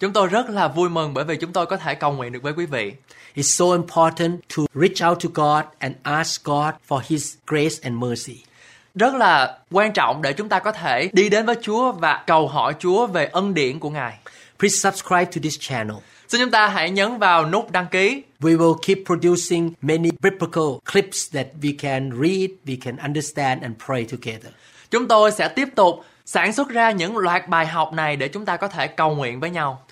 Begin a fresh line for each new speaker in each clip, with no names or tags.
Chúng tôi rất là vui mừng bởi vì chúng tôi có thể cầu nguyện được với quý vị.
It's so important to reach out to God and ask God for His grace and mercy.
Rất là quan trọng để chúng ta có thể đi đến với Chúa và cầu hỏi Chúa về ân điển của Ngài.
Please subscribe to this channel.
Xin chúng ta hãy nhấn vào nút đăng ký.
We will keep producing many biblical clips that we can read, we can understand, and pray together.
Chúng tôi sẽ tiếp tục sản xuất ra những loạt bài học này để chúng ta có thể cầu nguyện với nhau.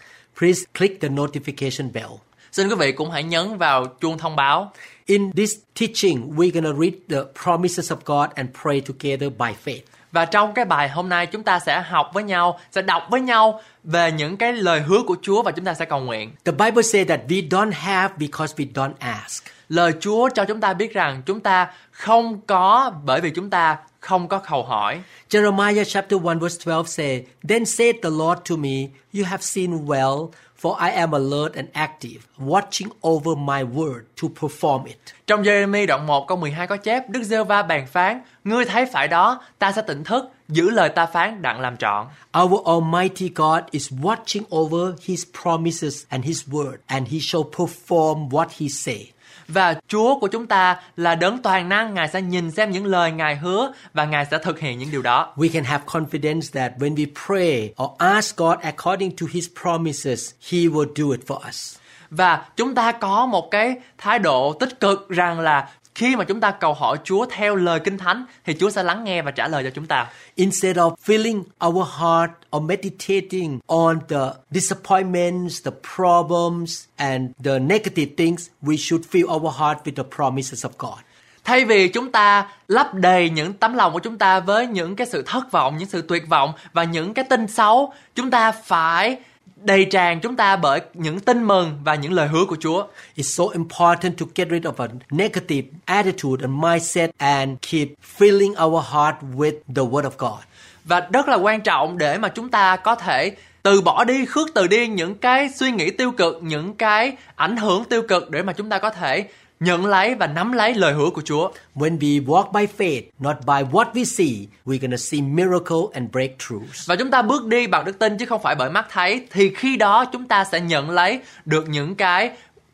Please click the notification bell.
Xin quý vị cũng hãy nhấn vào chuông thông báo.
In this teaching, we're going to read the promises of God and pray together by faith.
Và trong cái bài hôm nay chúng ta sẽ học với nhau, sẽ đọc với nhau về những cái lời hứa của Chúa và chúng ta sẽ cầu nguyện.
The Bible says that we don't have because we don't ask.
Lời Chúa cho chúng ta biết rằng chúng ta không có bởi vì chúng ta không có cầu hỏi.
Jeremiah chapter 1 verse 12 say, Then said the Lord to me, You have seen well, for I am alert and active, watching over my word to perform it.
Trong Jeremy đoạn 1 câu 12 có chép Đức giê va bàn phán Ngươi thấy phải đó, ta sẽ tỉnh thức Giữ lời ta phán đặng làm trọn
Our Almighty God is watching over His promises and His word, and He shall perform what He said.
Và Chúa của chúng ta là đấng toàn năng Ngài sẽ nhìn xem những lời Ngài hứa Và Ngài sẽ thực hiện những điều đó
We can have confidence that when we pray or ask God according to His promises, He will do it for us.
Và chúng ta có một cái thái độ tích cực rằng là khi mà chúng ta cầu hỏi Chúa theo lời Kinh Thánh thì Chúa sẽ lắng nghe và trả lời cho chúng ta.
Instead of filling our heart or meditating on the disappointments, the problems, and the negative things, we should fill our heart with the promises of God.
Thay vì chúng ta lấp đầy những tấm lòng của chúng ta với những cái sự thất vọng, những sự tuyệt vọng và những cái tin xấu, chúng ta phải đầy tràn chúng ta bởi những tin mừng và những lời hứa của Chúa.
It's so important to get rid of a negative attitude and mindset and keep filling our heart with the Word of God.
Và rất là quan trọng để mà chúng ta có thể từ bỏ đi, khước từ đi những cái suy nghĩ tiêu cực, những cái ảnh hưởng tiêu cực để mà chúng ta có thể nhận lấy và nắm lấy lời hứa của Chúa.
When we walk by faith, not by what we see, we're going to see miracle and breakthroughs.
Và chúng ta bước đi bằng đức tin chứ không phải bởi mắt thấy thì khi đó chúng ta sẽ nhận lấy được những cái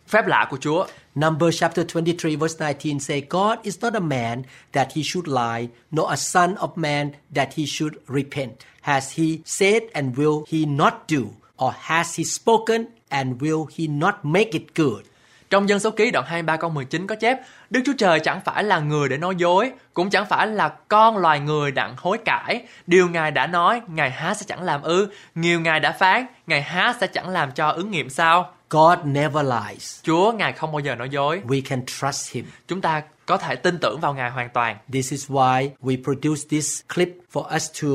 phép lạ của Chúa.
Numbers chapter 23 verse 19 say, God is not a man that he should lie, nor a son of man that he should repent. Has he said and will he not do? Or has he spoken and will he not make it good?
Trong dân số ký đoạn 23 câu 19 có chép Đức Chúa Trời chẳng phải là người để nói dối Cũng chẳng phải là con loài người đặng hối cải Điều Ngài đã nói Ngài há sẽ chẳng làm ư Nhiều Ngài đã phán Ngài há sẽ chẳng làm cho ứng nghiệm sao
God never lies.
Chúa Ngài không bao giờ nói dối
We can trust him.
Chúng ta có thể tin tưởng vào Ngài hoàn toàn
This is why we produce this clip for us to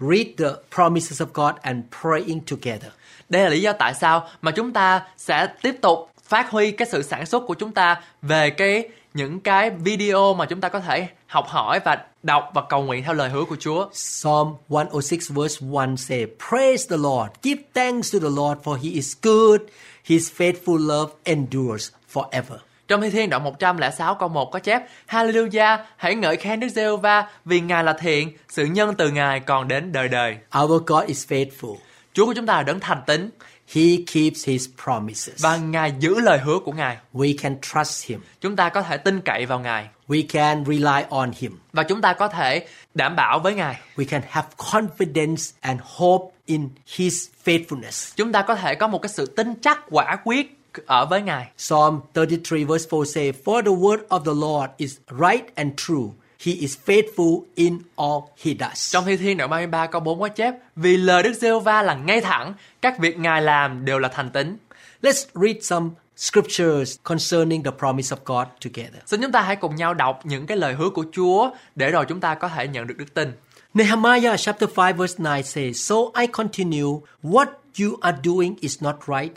read the promises of God and praying together.
Đây là lý do tại sao mà chúng ta sẽ tiếp tục phát huy cái sự sản xuất của chúng ta về cái những cái video mà chúng ta có thể học hỏi và đọc và cầu nguyện theo lời hứa của Chúa.
Psalm 106 verse 1 say, Praise the Lord, give thanks to the Lord for he is good, his faithful love endures forever.
Trong Thi Thiên đoạn 106 câu 1 có chép Hallelujah, hãy ngợi khen Đức giê va vì Ngài là thiện, sự nhân từ Ngài còn đến đời đời.
Our God is faithful.
Chúa của chúng ta là đấng thành tín
He keeps his promises.
và Ngài giữ lời hứa của Ngài.
We can trust him.
Chúng ta có thể tin cậy vào Ngài
We can rely on him.
và chúng ta có thể đảm bảo với Ngài.
We can have confidence and hope in his faithfulness.
Chúng ta có thể có một cái sự tin chắc quả quyết ở với Ngài.
Psalm 33 verse 4 say, For the word of the Lord is right and true. He is faithful in all he does.
Trong Thi Thiên đoạn 33 câu 4 có chép Vì lời Đức giê va là ngay thẳng, các việc Ngài làm đều là thành tín.
Let's read some scriptures concerning the promise of God together.
Xin chúng ta hãy cùng nhau đọc những cái lời hứa của Chúa để rồi chúng ta có thể nhận được đức tin.
Nehemiah chapter 5 verse 9 says, So I continue, what you are doing is not right.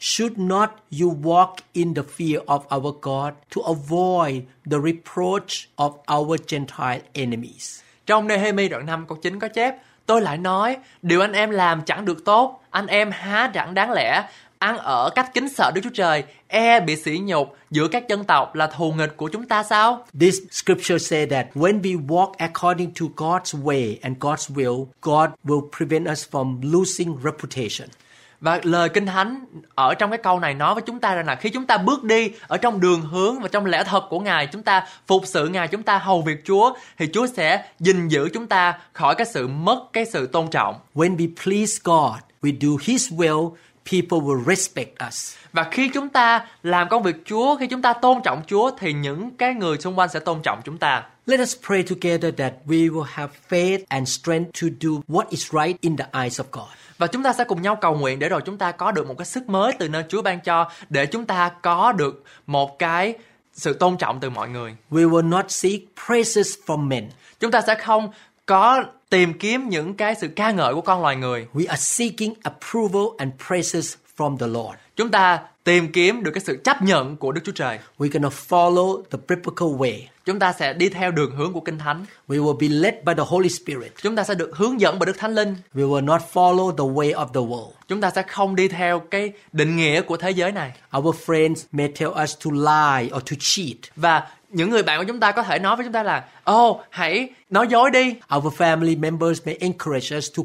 Should not you walk in the fear of our God to avoid the reproach of our Gentile enemies?
Trong Nehemi đoạn 5 câu 9 có chép, tôi lại nói, điều anh em làm chẳng được tốt, anh em há chẳng đáng lẽ, ăn ở cách kính sợ Đức Chúa Trời, e bị sỉ nhục giữa các dân tộc là thù nghịch của chúng ta sao?
This scripture says that when we walk according to God's way and God's will, God will prevent us from losing reputation.
Và lời Kinh Thánh ở trong cái câu này nói với chúng ta rằng là khi chúng ta bước đi ở trong đường hướng và trong lẽ thật của Ngài, chúng ta phục sự Ngài, chúng ta hầu việc Chúa thì Chúa sẽ gìn giữ chúng ta khỏi cái sự mất cái sự tôn trọng.
When we please God, we do His will, people will respect us.
Và khi chúng ta làm công việc Chúa, khi chúng ta tôn trọng Chúa thì những cái người xung quanh sẽ tôn trọng chúng ta.
Let us pray together that we will have faith and strength to do what is right in the eyes of God.
Và chúng ta sẽ cùng nhau cầu nguyện để rồi chúng ta có được một cái sức mới từ nơi Chúa ban cho để chúng ta có được một cái sự tôn trọng từ mọi người.
We will not seek praises from men.
Chúng ta sẽ không có tìm kiếm những cái sự ca ngợi của con loài người.
We are seeking approval and praises from the Lord.
Chúng ta tìm kiếm được cái sự chấp nhận của Đức Chúa Trời.
We're going to follow the biblical way.
Chúng ta sẽ đi theo đường hướng của Kinh Thánh.
We will be led by the Holy Spirit.
Chúng ta sẽ được hướng dẫn bởi Đức Thánh Linh.
We will not follow the way of the world.
Chúng ta sẽ không đi theo cái định nghĩa của thế giới này.
Our friends may tell us to lie or to cheat.
Và những người bạn của chúng ta có thể nói với chúng ta là Ồ, oh, hãy nói dối đi.
Our family members may encourage us to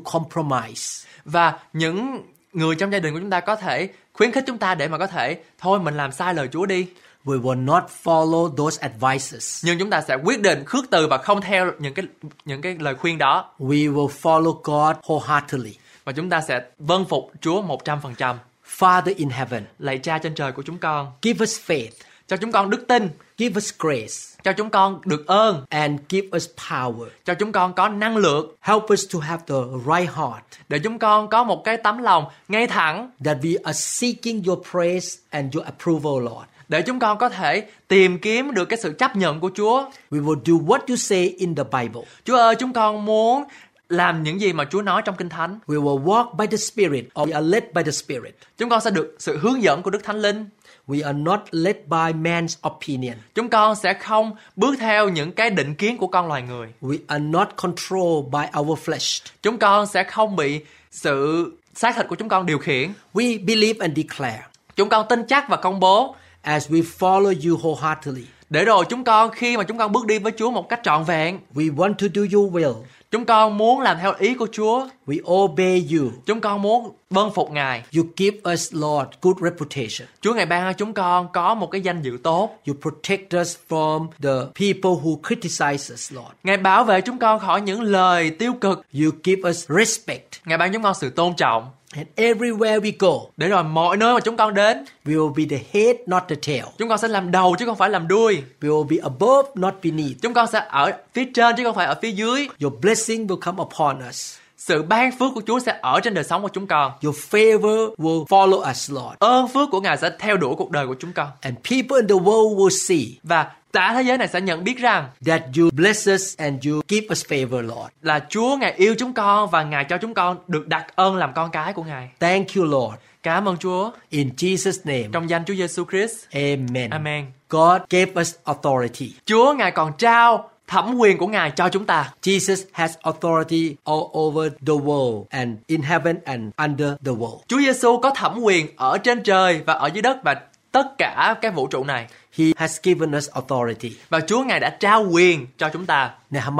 compromise.
Và những người trong gia đình của chúng ta có thể khuyến khích chúng ta để mà có thể thôi mình làm sai lời Chúa đi.
We will not follow those advices.
Nhưng chúng ta sẽ quyết định khước từ và không theo những cái những cái lời khuyên đó
We will follow God wholeheartedly.
và chúng ta sẽ vâng phục Chúa 100%.
Father in heaven,
Lạy Cha trên trời của chúng con,
give us faith,
cho chúng con đức tin,
give us grace,
cho chúng con được ơn,
and give us power.
cho chúng con có năng lượng
Help us to have the right heart
để chúng con có một cái tấm lòng ngay thẳng
that we are seeking your praise and your approval, Lord.
để chúng con có thể tìm kiếm được cái sự chấp nhận của Chúa.
We will do what you say in the Bible.
Chúa ơi, chúng con muốn làm những gì mà Chúa nói trong Kinh Thánh.
We will walk by the Spirit, or we are led by the Spirit.
Chúng con sẽ được sự hướng dẫn của Đức Thánh Linh.
We are not led by man's opinion.
Chúng con sẽ không bước theo những cái định kiến của con loài người.
We are not controlled by our flesh.
Chúng con sẽ không bị sự xác thịt của chúng con điều khiển.
We believe and declare
Chúng con tin chắc và công bố
as we follow you wholeheartedly.
để rồi chúng con khi mà chúng con bước đi với Chúa một cách trọn vẹn,
We want to do your will.
chúng con muốn làm theo ý của Chúa,
We obey you.
chúng con muốn vâng phục Ngài.
You give us, Lord, good reputation.
Chúa Ngài ban cho chúng con có một cái danh dự tốt.
You protect us from the people who criticize us, Lord.
Ngài bảo vệ chúng con khỏi những lời tiêu cực.
You give us respect.
Ngài ban chúng con sự tôn trọng.
And everywhere we go,
Để rồi mọi nơi mà chúng con đến,
we will be the head, not the tail.
chúng con sẽ làm đầu chứ không phải làm đuôi.
We will be above, not beneath.
Chúng con sẽ ở phía trên chứ không phải ở phía dưới.
Your blessing will come upon us.
Sự ban phước của Chúa sẽ ở trên đời sống của chúng con.
Your favor will follow us, Lord.
Ơn phước của Ngài sẽ theo đuổi cuộc đời của chúng con.
And people in the world will see
Và cả thế giới này sẽ nhận biết rằng
that you bless us and you give us favor, Lord.
là Chúa Ngài yêu chúng con và Ngài cho chúng con được đặt ơn làm con cái của Ngài.
Thank you, Lord.
Cảm ơn Chúa
In Jesus' name,
trong danh Chúa Giêsu Christ.
amen.
Amen.
God gave us authority.
Chúa Ngài còn trao thẩm quyền của Ngài cho chúng ta.
Jesus has authority all over the world and in heaven and under the world.
Chúa Giêsu có thẩm quyền ở trên trời và ở dưới đất và tất cả cái vũ trụ này.
He has given us authority.
Và Chúa Ngài đã trao quyền cho chúng ta.
Nehemiah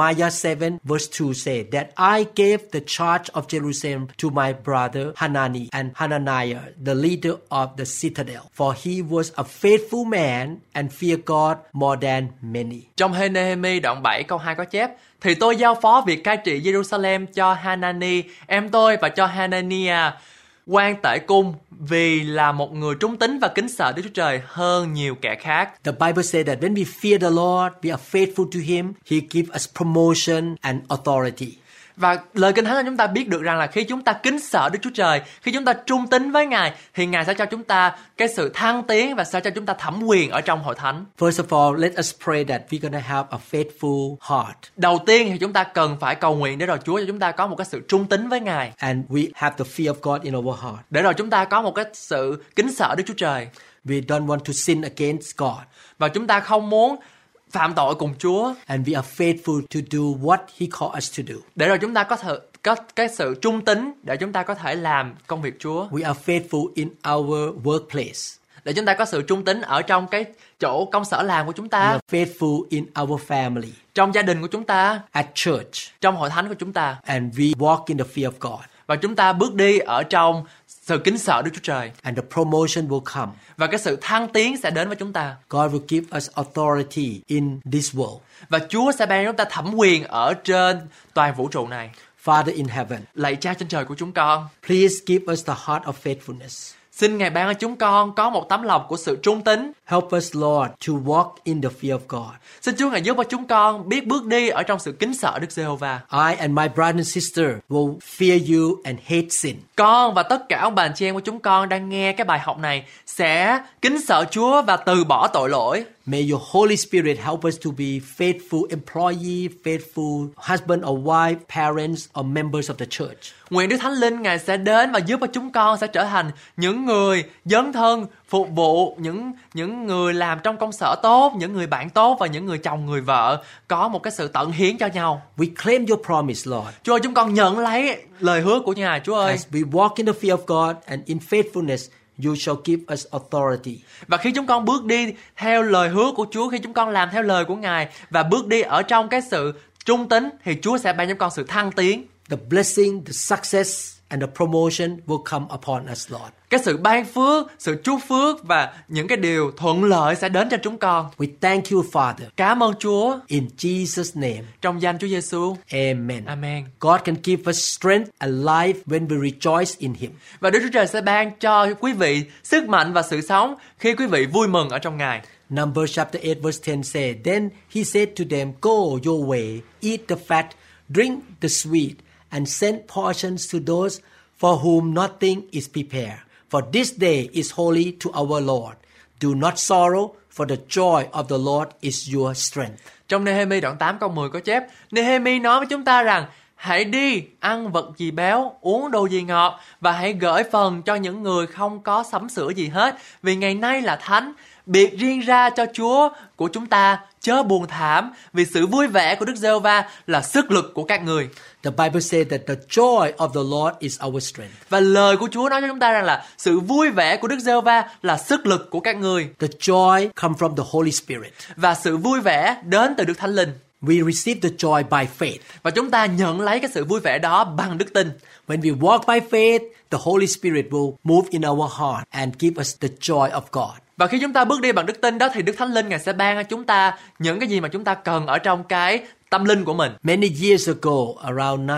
7 verse 2 says that I gave the charge of Jerusalem to my brother Hanani and Hananiah, the leader of the citadel, for he was a faithful man and feared God more than many.
Trong Hê-nê-hê-mi đoạn 7 câu 2 có chép Thì tôi giao phó việc cai trị Jerusalem cho Hanani, em tôi và cho Hanania quan tại cung vì là một người trung tín và kính sợ Đức Chúa Trời hơn nhiều kẻ khác.
The Bible says that when we fear the Lord, we are faithful to him, he gives us promotion and authority.
Và lời Kinh Thánh cho chúng ta biết được rằng là khi chúng ta kính sợ Đức Chúa Trời, khi chúng ta trung tín với Ngài thì Ngài sẽ cho chúng ta cái sự thăng tiến và sẽ cho chúng ta thẩm quyền ở trong hội thánh.
First of all, let us pray that we're going to have a faithful heart
Đầu tiên thì chúng ta cần phải cầu nguyện để rồi Chúa cho chúng ta có một cái sự trung tín với Ngài,
and we have the fear of God in our heart.
để rồi chúng ta có một cái sự kính sợ Đức Chúa Trời
We don't want to sin against God,
và chúng ta không muốn phạm tội cùng Chúa
and we are faithful to do what He called us to do.
để rồi chúng ta có thể có cái sự trung tín để chúng ta có thể làm công việc Chúa
We are faithful in our workplace.
để chúng ta có sự trung tín ở trong cái chỗ công sở làm của chúng
We
ta
are faithful in our family,
trong gia đình của chúng ta
at church,
trong hội thánh của chúng ta
and we walk in the fear of God.
và chúng ta bước đi ở trong sự kính sợ Đức Chúa Trời
And the promotion will come.
và cái sự thăng tiến sẽ đến với chúng ta
God will give us authority in this world.
và Chúa sẽ ban chúng ta thẩm quyền ở trên toàn vũ trụ này
Father in heaven,
lạy Cha trên trời của chúng con
please give us the heart of faithfulness.
xin Ngài ban cho chúng con có một tấm lòng của sự trung tín
Help us, Lord, to walk in the fear of God.
xin Chúa Ngài giúp cho chúng con biết bước đi ở trong sự kính sợ Đức Giê-hô-va
I and my brother and sister will fear you and hate sin.
con và tất cả ông bà anh chị em của chúng con đang nghe cái bài học này sẽ kính sợ Chúa và từ bỏ tội lỗi
May your Holy Spirit help us to be faithful employee, faithful husband or wife, parents or members of the church.
Nguyện Đức Thánh Linh Ngài sẽ đến và giúp cho chúng con sẽ trở thành những người dấn thân, phục vụ những những người làm trong công sở tốt, những người bạn tốt và những người chồng người vợ có một cái sự tận hiến cho nhau.
We claim your promise, Lord.
Chúa ơi, chúng con nhận lấy lời hứa của Ngài, Chúa ơi.
As we walk in the fear of God and in faithfulness, you shall give us authority.
Và khi chúng con bước đi theo lời hứa của Chúa, khi chúng con làm theo lời của Ngài và bước đi ở trong cái sự trung tín thì Chúa sẽ ban cho con sự thăng tiến.
The blessing, the success, and the promotion will come upon us, Lord.
Cái sự ban phước, sự chúc phước và những cái điều thuận lợi sẽ đến cho chúng con.
We thank you, Father.
Cảm ơn Chúa.
In Jesus' name,
trong danh Chúa Giêsu.
amen.
Amen.
God can give us strength and life when we rejoice in Him.
Và Đức Chúa Trời sẽ ban cho quý vị sức mạnh và sự sống khi quý vị vui mừng ở trong Ngài.
Numbers chapter 8 verse 10 say, Then he said to them, Go your way, eat the fat, drink the sweet, and send portions to those for whom nothing is prepared. For this day is holy to our Lord. Do not sorrow, for the joy of the Lord is your strength.
Trong Nehemi đoạn 8 câu 10 có chép, Nehemi nói với chúng ta rằng, hãy đi ăn vật gì béo, uống đồ gì ngọt và hãy gửi phần cho những người không có sắm sữa gì hết vì ngày nay là thánh, biệt riêng ra cho Chúa của chúng ta chớ buồn thảm vì sự vui vẻ của Đức Giê-hô-va là sức lực của các người.
The Bible says that the joy of the Lord is our strength.
Và lời của Chúa nói cho chúng ta rằng là sự vui vẻ của Đức Giê-hô-va là sức lực của các người.
The joy comes from the Holy Spirit.
và sự vui vẻ đến từ Đức Thánh Linh
We receive the joy by faith.
và chúng ta nhận lấy cái sự vui vẻ đó bằng đức tin.
When we walk by faith, the Holy Spirit will move in our heart and give us the joy of God.
Và khi chúng ta bước đi bằng đức tin đó thì Đức Thánh Linh Ngài sẽ ban cho chúng ta những cái gì mà chúng ta cần ở trong cái tâm linh của mình.
Many years ago, around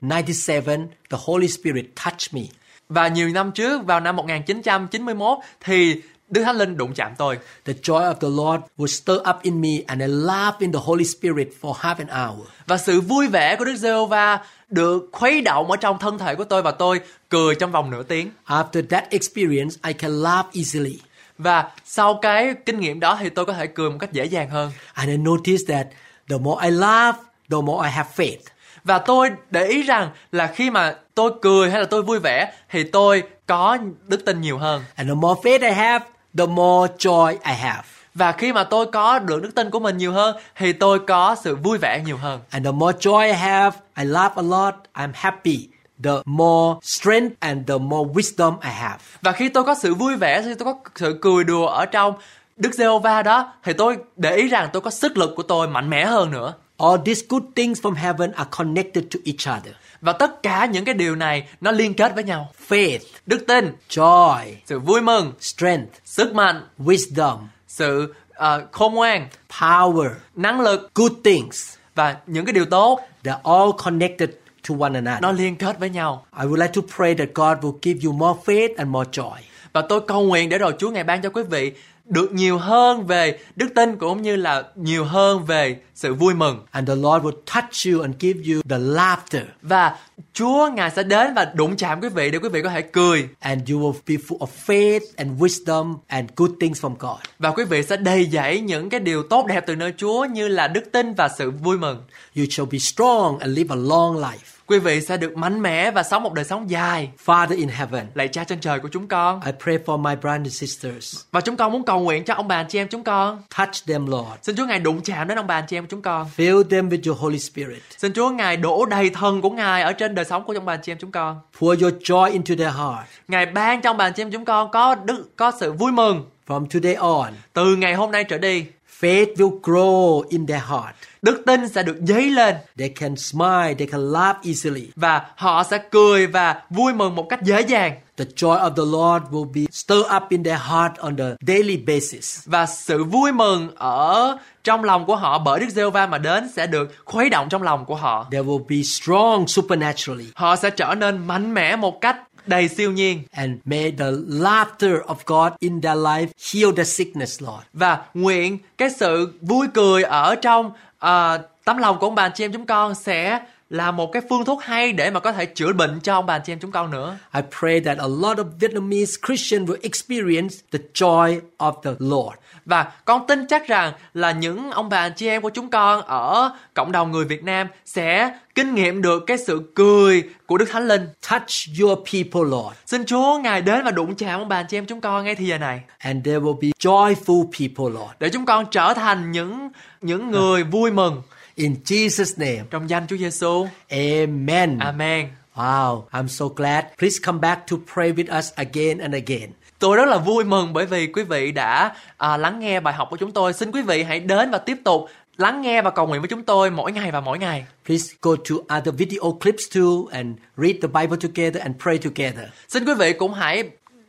1997, the Holy Spirit touched me.
Và nhiều năm trước vào năm 1991 thì Đức Thánh Linh đụng chạm tôi
The joy of the Lord was stirred up in me, and I laughed in the Holy Spirit for half an hour.
và sự vui vẻ của Đức Giê-hô-va được khuấy động ở trong thân thể của tôi và tôi cười trong vòng nửa tiếng.
After that experience, I can laugh easily.
Và sau cái kinh nghiệm đó thì tôi có thể cười một cách dễ dàng hơn.
And I noticed that the more I laugh, the more I have faith.
Và tôi để ý rằng là khi mà tôi cười hay là tôi vui vẻ thì tôi có đức tin nhiều hơn.
And the more faith I have, the more joy I have.
Và khi mà tôi có được đức tin của mình nhiều hơn thì tôi có sự vui vẻ nhiều hơn.
And the more joy I have, I laugh a lot, I'm happy. The more strength and the more wisdom I have.
Và khi tôi có sự vui vẻ, khi tôi có sự cười đùa ở trong Đức Giê-hô-va đó thì tôi để ý rằng tôi có sức lực của tôi mạnh mẽ hơn nữa.
All these good things from heaven are connected to each other.
Và tất cả những cái điều này nó liên kết với nhau.
Faith,
Đức tin,
joy,
sự vui mừng,
strength,
sức mạnh,
wisdom,
sự ờ, khôn ngoan,
power,
năng lực
good things.
và những cái điều tốt
They're all connected to one
nó
another.
liên kết với nhau.
I would like to pray that God will give you more faith and more joy.
Và tôi cầu nguyện để rồi Chúa ngày ban cho quý vị được nhiều hơn về đức tin cũng như là nhiều hơn về sự vui mừng.
And the Lord will touch you and give you the laughter.
Và Chúa Ngài sẽ đến và đụng chạm quý vị để quý vị có thể cười
And you will be full of faith and wisdom and good things from God.
và quý vị sẽ đầy dẫy những cái điều tốt đẹp từ nơi Chúa như là đức tin và sự vui mừng.
You shall be strong and live a long life.
Quý vị sẽ được mạnh mẽ và sống một đời sống dài.
Father in heaven,
Lạy Cha trên trời của chúng con.
I pray for my brothers and sisters.
Và chúng con muốn cầu nguyện cho ông bà anh chị em chúng con.
Touch them, Lord.
Xin Chúa Ngài đụng chạm đến ông bà anh chị em chúng con.
Fill them with your Holy Spirit.
Xin Chúa Ngài đổ đầy thần của Ngài ở trên đời sống của ông bà anh chị em chúng con.
Pour your joy into their heart.
Ngài ban cho ông bà anh chị em chúng con có đức, có sự vui mừng.
From today on,
Từ ngày hôm nay trở đi,
faith will grow in their heart.
đức tin sẽ được dấy lên
They can smile, they can laugh easily.
và họ sẽ cười và vui mừng một cách dễ dàng.
The joy of the Lord will be stirred up in their heart on a daily basis.
Và sự vui mừng ở trong lòng của họ bởi Đức Giê-hô-va mà đến sẽ được khuấy động trong lòng của họ.
They will be strong supernaturally.
Họ sẽ trở nên mạnh mẽ một cách đầy siêu nhiên.
And may the laughter of God in their life heal their sickness, Lord.
và nguyện cái sự vui cười ở trong à, tấm lòng của ông bà anh chị em chúng con sẽ là một cái phương thuốc hay để mà có thể chữa bệnh cho ông bà anh chị em chúng con nữa
I pray that a lot of Vietnamese Christians will experience the joy of the Lord.
và con tin chắc rằng là những ông bà anh chị em của chúng con ở cộng đồng người Việt Nam sẽ kinh nghiệm được cái sự cười của Đức Thánh Linh.
Touch your people, Lord,
Xin Chúa Ngài đến và đụng chạm ông bà anh chị em chúng con ngay thì giờ này
and there will be joyful people, Lord.
để chúng con trở thành những những người vui mừng
In Jesus' name,
trong danh Chúa Giêsu.
amen.
Amen.
Wow, I'm so glad. Please come back to pray with us again and again.
Tôi rất là vui mừng bởi vì quý vị đã à, lắng nghe bài học của chúng tôi. Xin quý vị hãy đến và tiếp tục lắng nghe và cầu nguyện với chúng tôi mỗi ngày và mỗi ngày.
Please go to other video clips too and read the Bible together and pray together.
Xin quý vị cũng hãy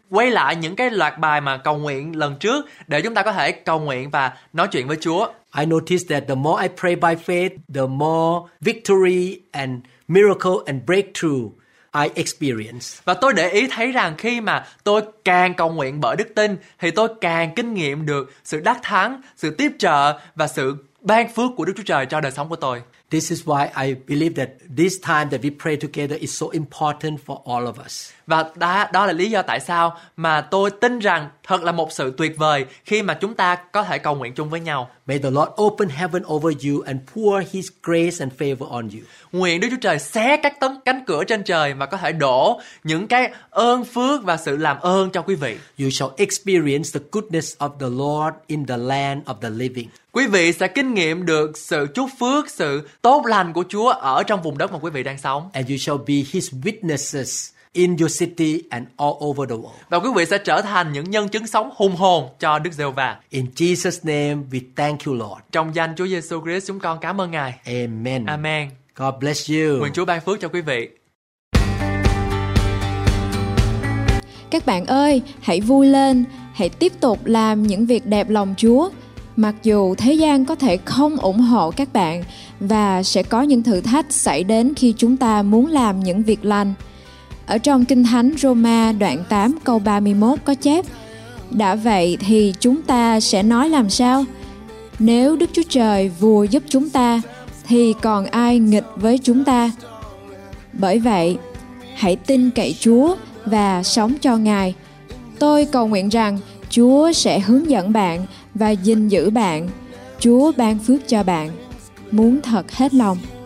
quay lại những cái loạt bài mà cầu nguyện lần trước để chúng ta có thể cầu nguyện và nói chuyện với Chúa.
I notice that the more I pray by faith, the more victory and miracle and breakthrough I experience.
Và tôi để ý thấy rằng khi mà tôi càng cầu nguyện bởi đức tin thì tôi càng kinh nghiệm được sự đắc thắng, sự tiếp trợ và sự ban phước của Đức Chúa Trời cho đời sống của tôi.
This is why I believe that this time that we pray together is so important for all of us.
Và đó, đó là lý do tại sao mà tôi tin rằng thật là một sự tuyệt vời khi mà chúng ta có thể cầu nguyện chung với nhau.
May the Lord open heaven over you and pour his grace and favor on you.
Nguyện Đức Chúa Trời xé các tấm cánh cửa trên trời mà có thể đổ những cái ơn phước và sự làm ơn cho quý vị.
You shall experience the goodness of the Lord in the land of the living.
Quý vị sẽ kinh nghiệm được sự chúc phước, sự tốt lành của Chúa ở trong vùng đất mà quý vị đang sống.
and you shall be his witnesses in your city and all over the world.
Và quý vị sẽ trở thành những nhân chứng sống hùng hồn cho Đức Giêsu và
In Jesus' name, we thank you, Lord.
trong danh Chúa Giêsu Christ chúng con cảm ơn Ngài.
Amen.
Amen.
God bless you.
Nguyện Chúa ban phước cho quý vị.
Các bạn ơi, hãy vui lên, hãy tiếp tục làm những việc đẹp lòng Chúa. Mặc dù thế gian có thể không ủng hộ các bạn và sẽ có những thử thách xảy đến khi chúng ta muốn làm những việc lành. Ở trong Kinh Thánh Roma đoạn 8 câu 31 có chép Đã vậy thì chúng ta sẽ nói làm sao? Nếu Đức Chúa Trời vừa giúp chúng ta thì còn ai nghịch với chúng ta? Bởi vậy, hãy tin cậy Chúa và sống cho Ngài. Tôi cầu nguyện rằng Chúa sẽ hướng dẫn bạn và gìn giữ bạn. Chúa ban phước cho bạn. Muốn thật hết lòng.